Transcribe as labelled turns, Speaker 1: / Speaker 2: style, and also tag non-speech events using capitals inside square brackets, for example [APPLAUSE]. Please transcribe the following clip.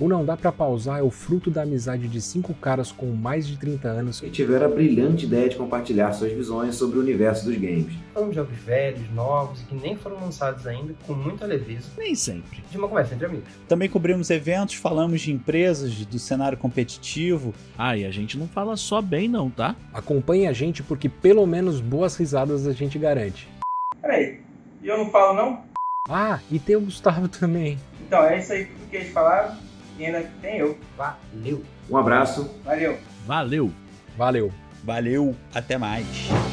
Speaker 1: O Não Dá Pra Pausar é o fruto da amizade de cinco caras com mais de 30 anos
Speaker 2: que tiveram a brilhante ideia de compartilhar suas visões sobre o universo dos games.
Speaker 3: Falando de jogos um velhos, novos e que nem foram lançados ainda, com muita leveza,
Speaker 4: Nem sempre.
Speaker 3: de uma conversa entre amigos.
Speaker 5: Também cobrimos eventos, falamos de empresas, do cenário competitivo.
Speaker 4: Ah, e a gente não fala só bem, não, tá?
Speaker 1: acompanhem a gente porque pelo menos boas risadas a gente garante.
Speaker 6: Peraí, e eu não falo não?
Speaker 1: Ah, e tem o Gustavo [LAUGHS] também.
Speaker 6: Então, é isso aí, tudo que eles falaram, e ainda tem eu.
Speaker 3: Valeu!
Speaker 2: Um abraço
Speaker 6: Valeu!
Speaker 4: Valeu!
Speaker 1: Valeu!
Speaker 5: Valeu, até mais.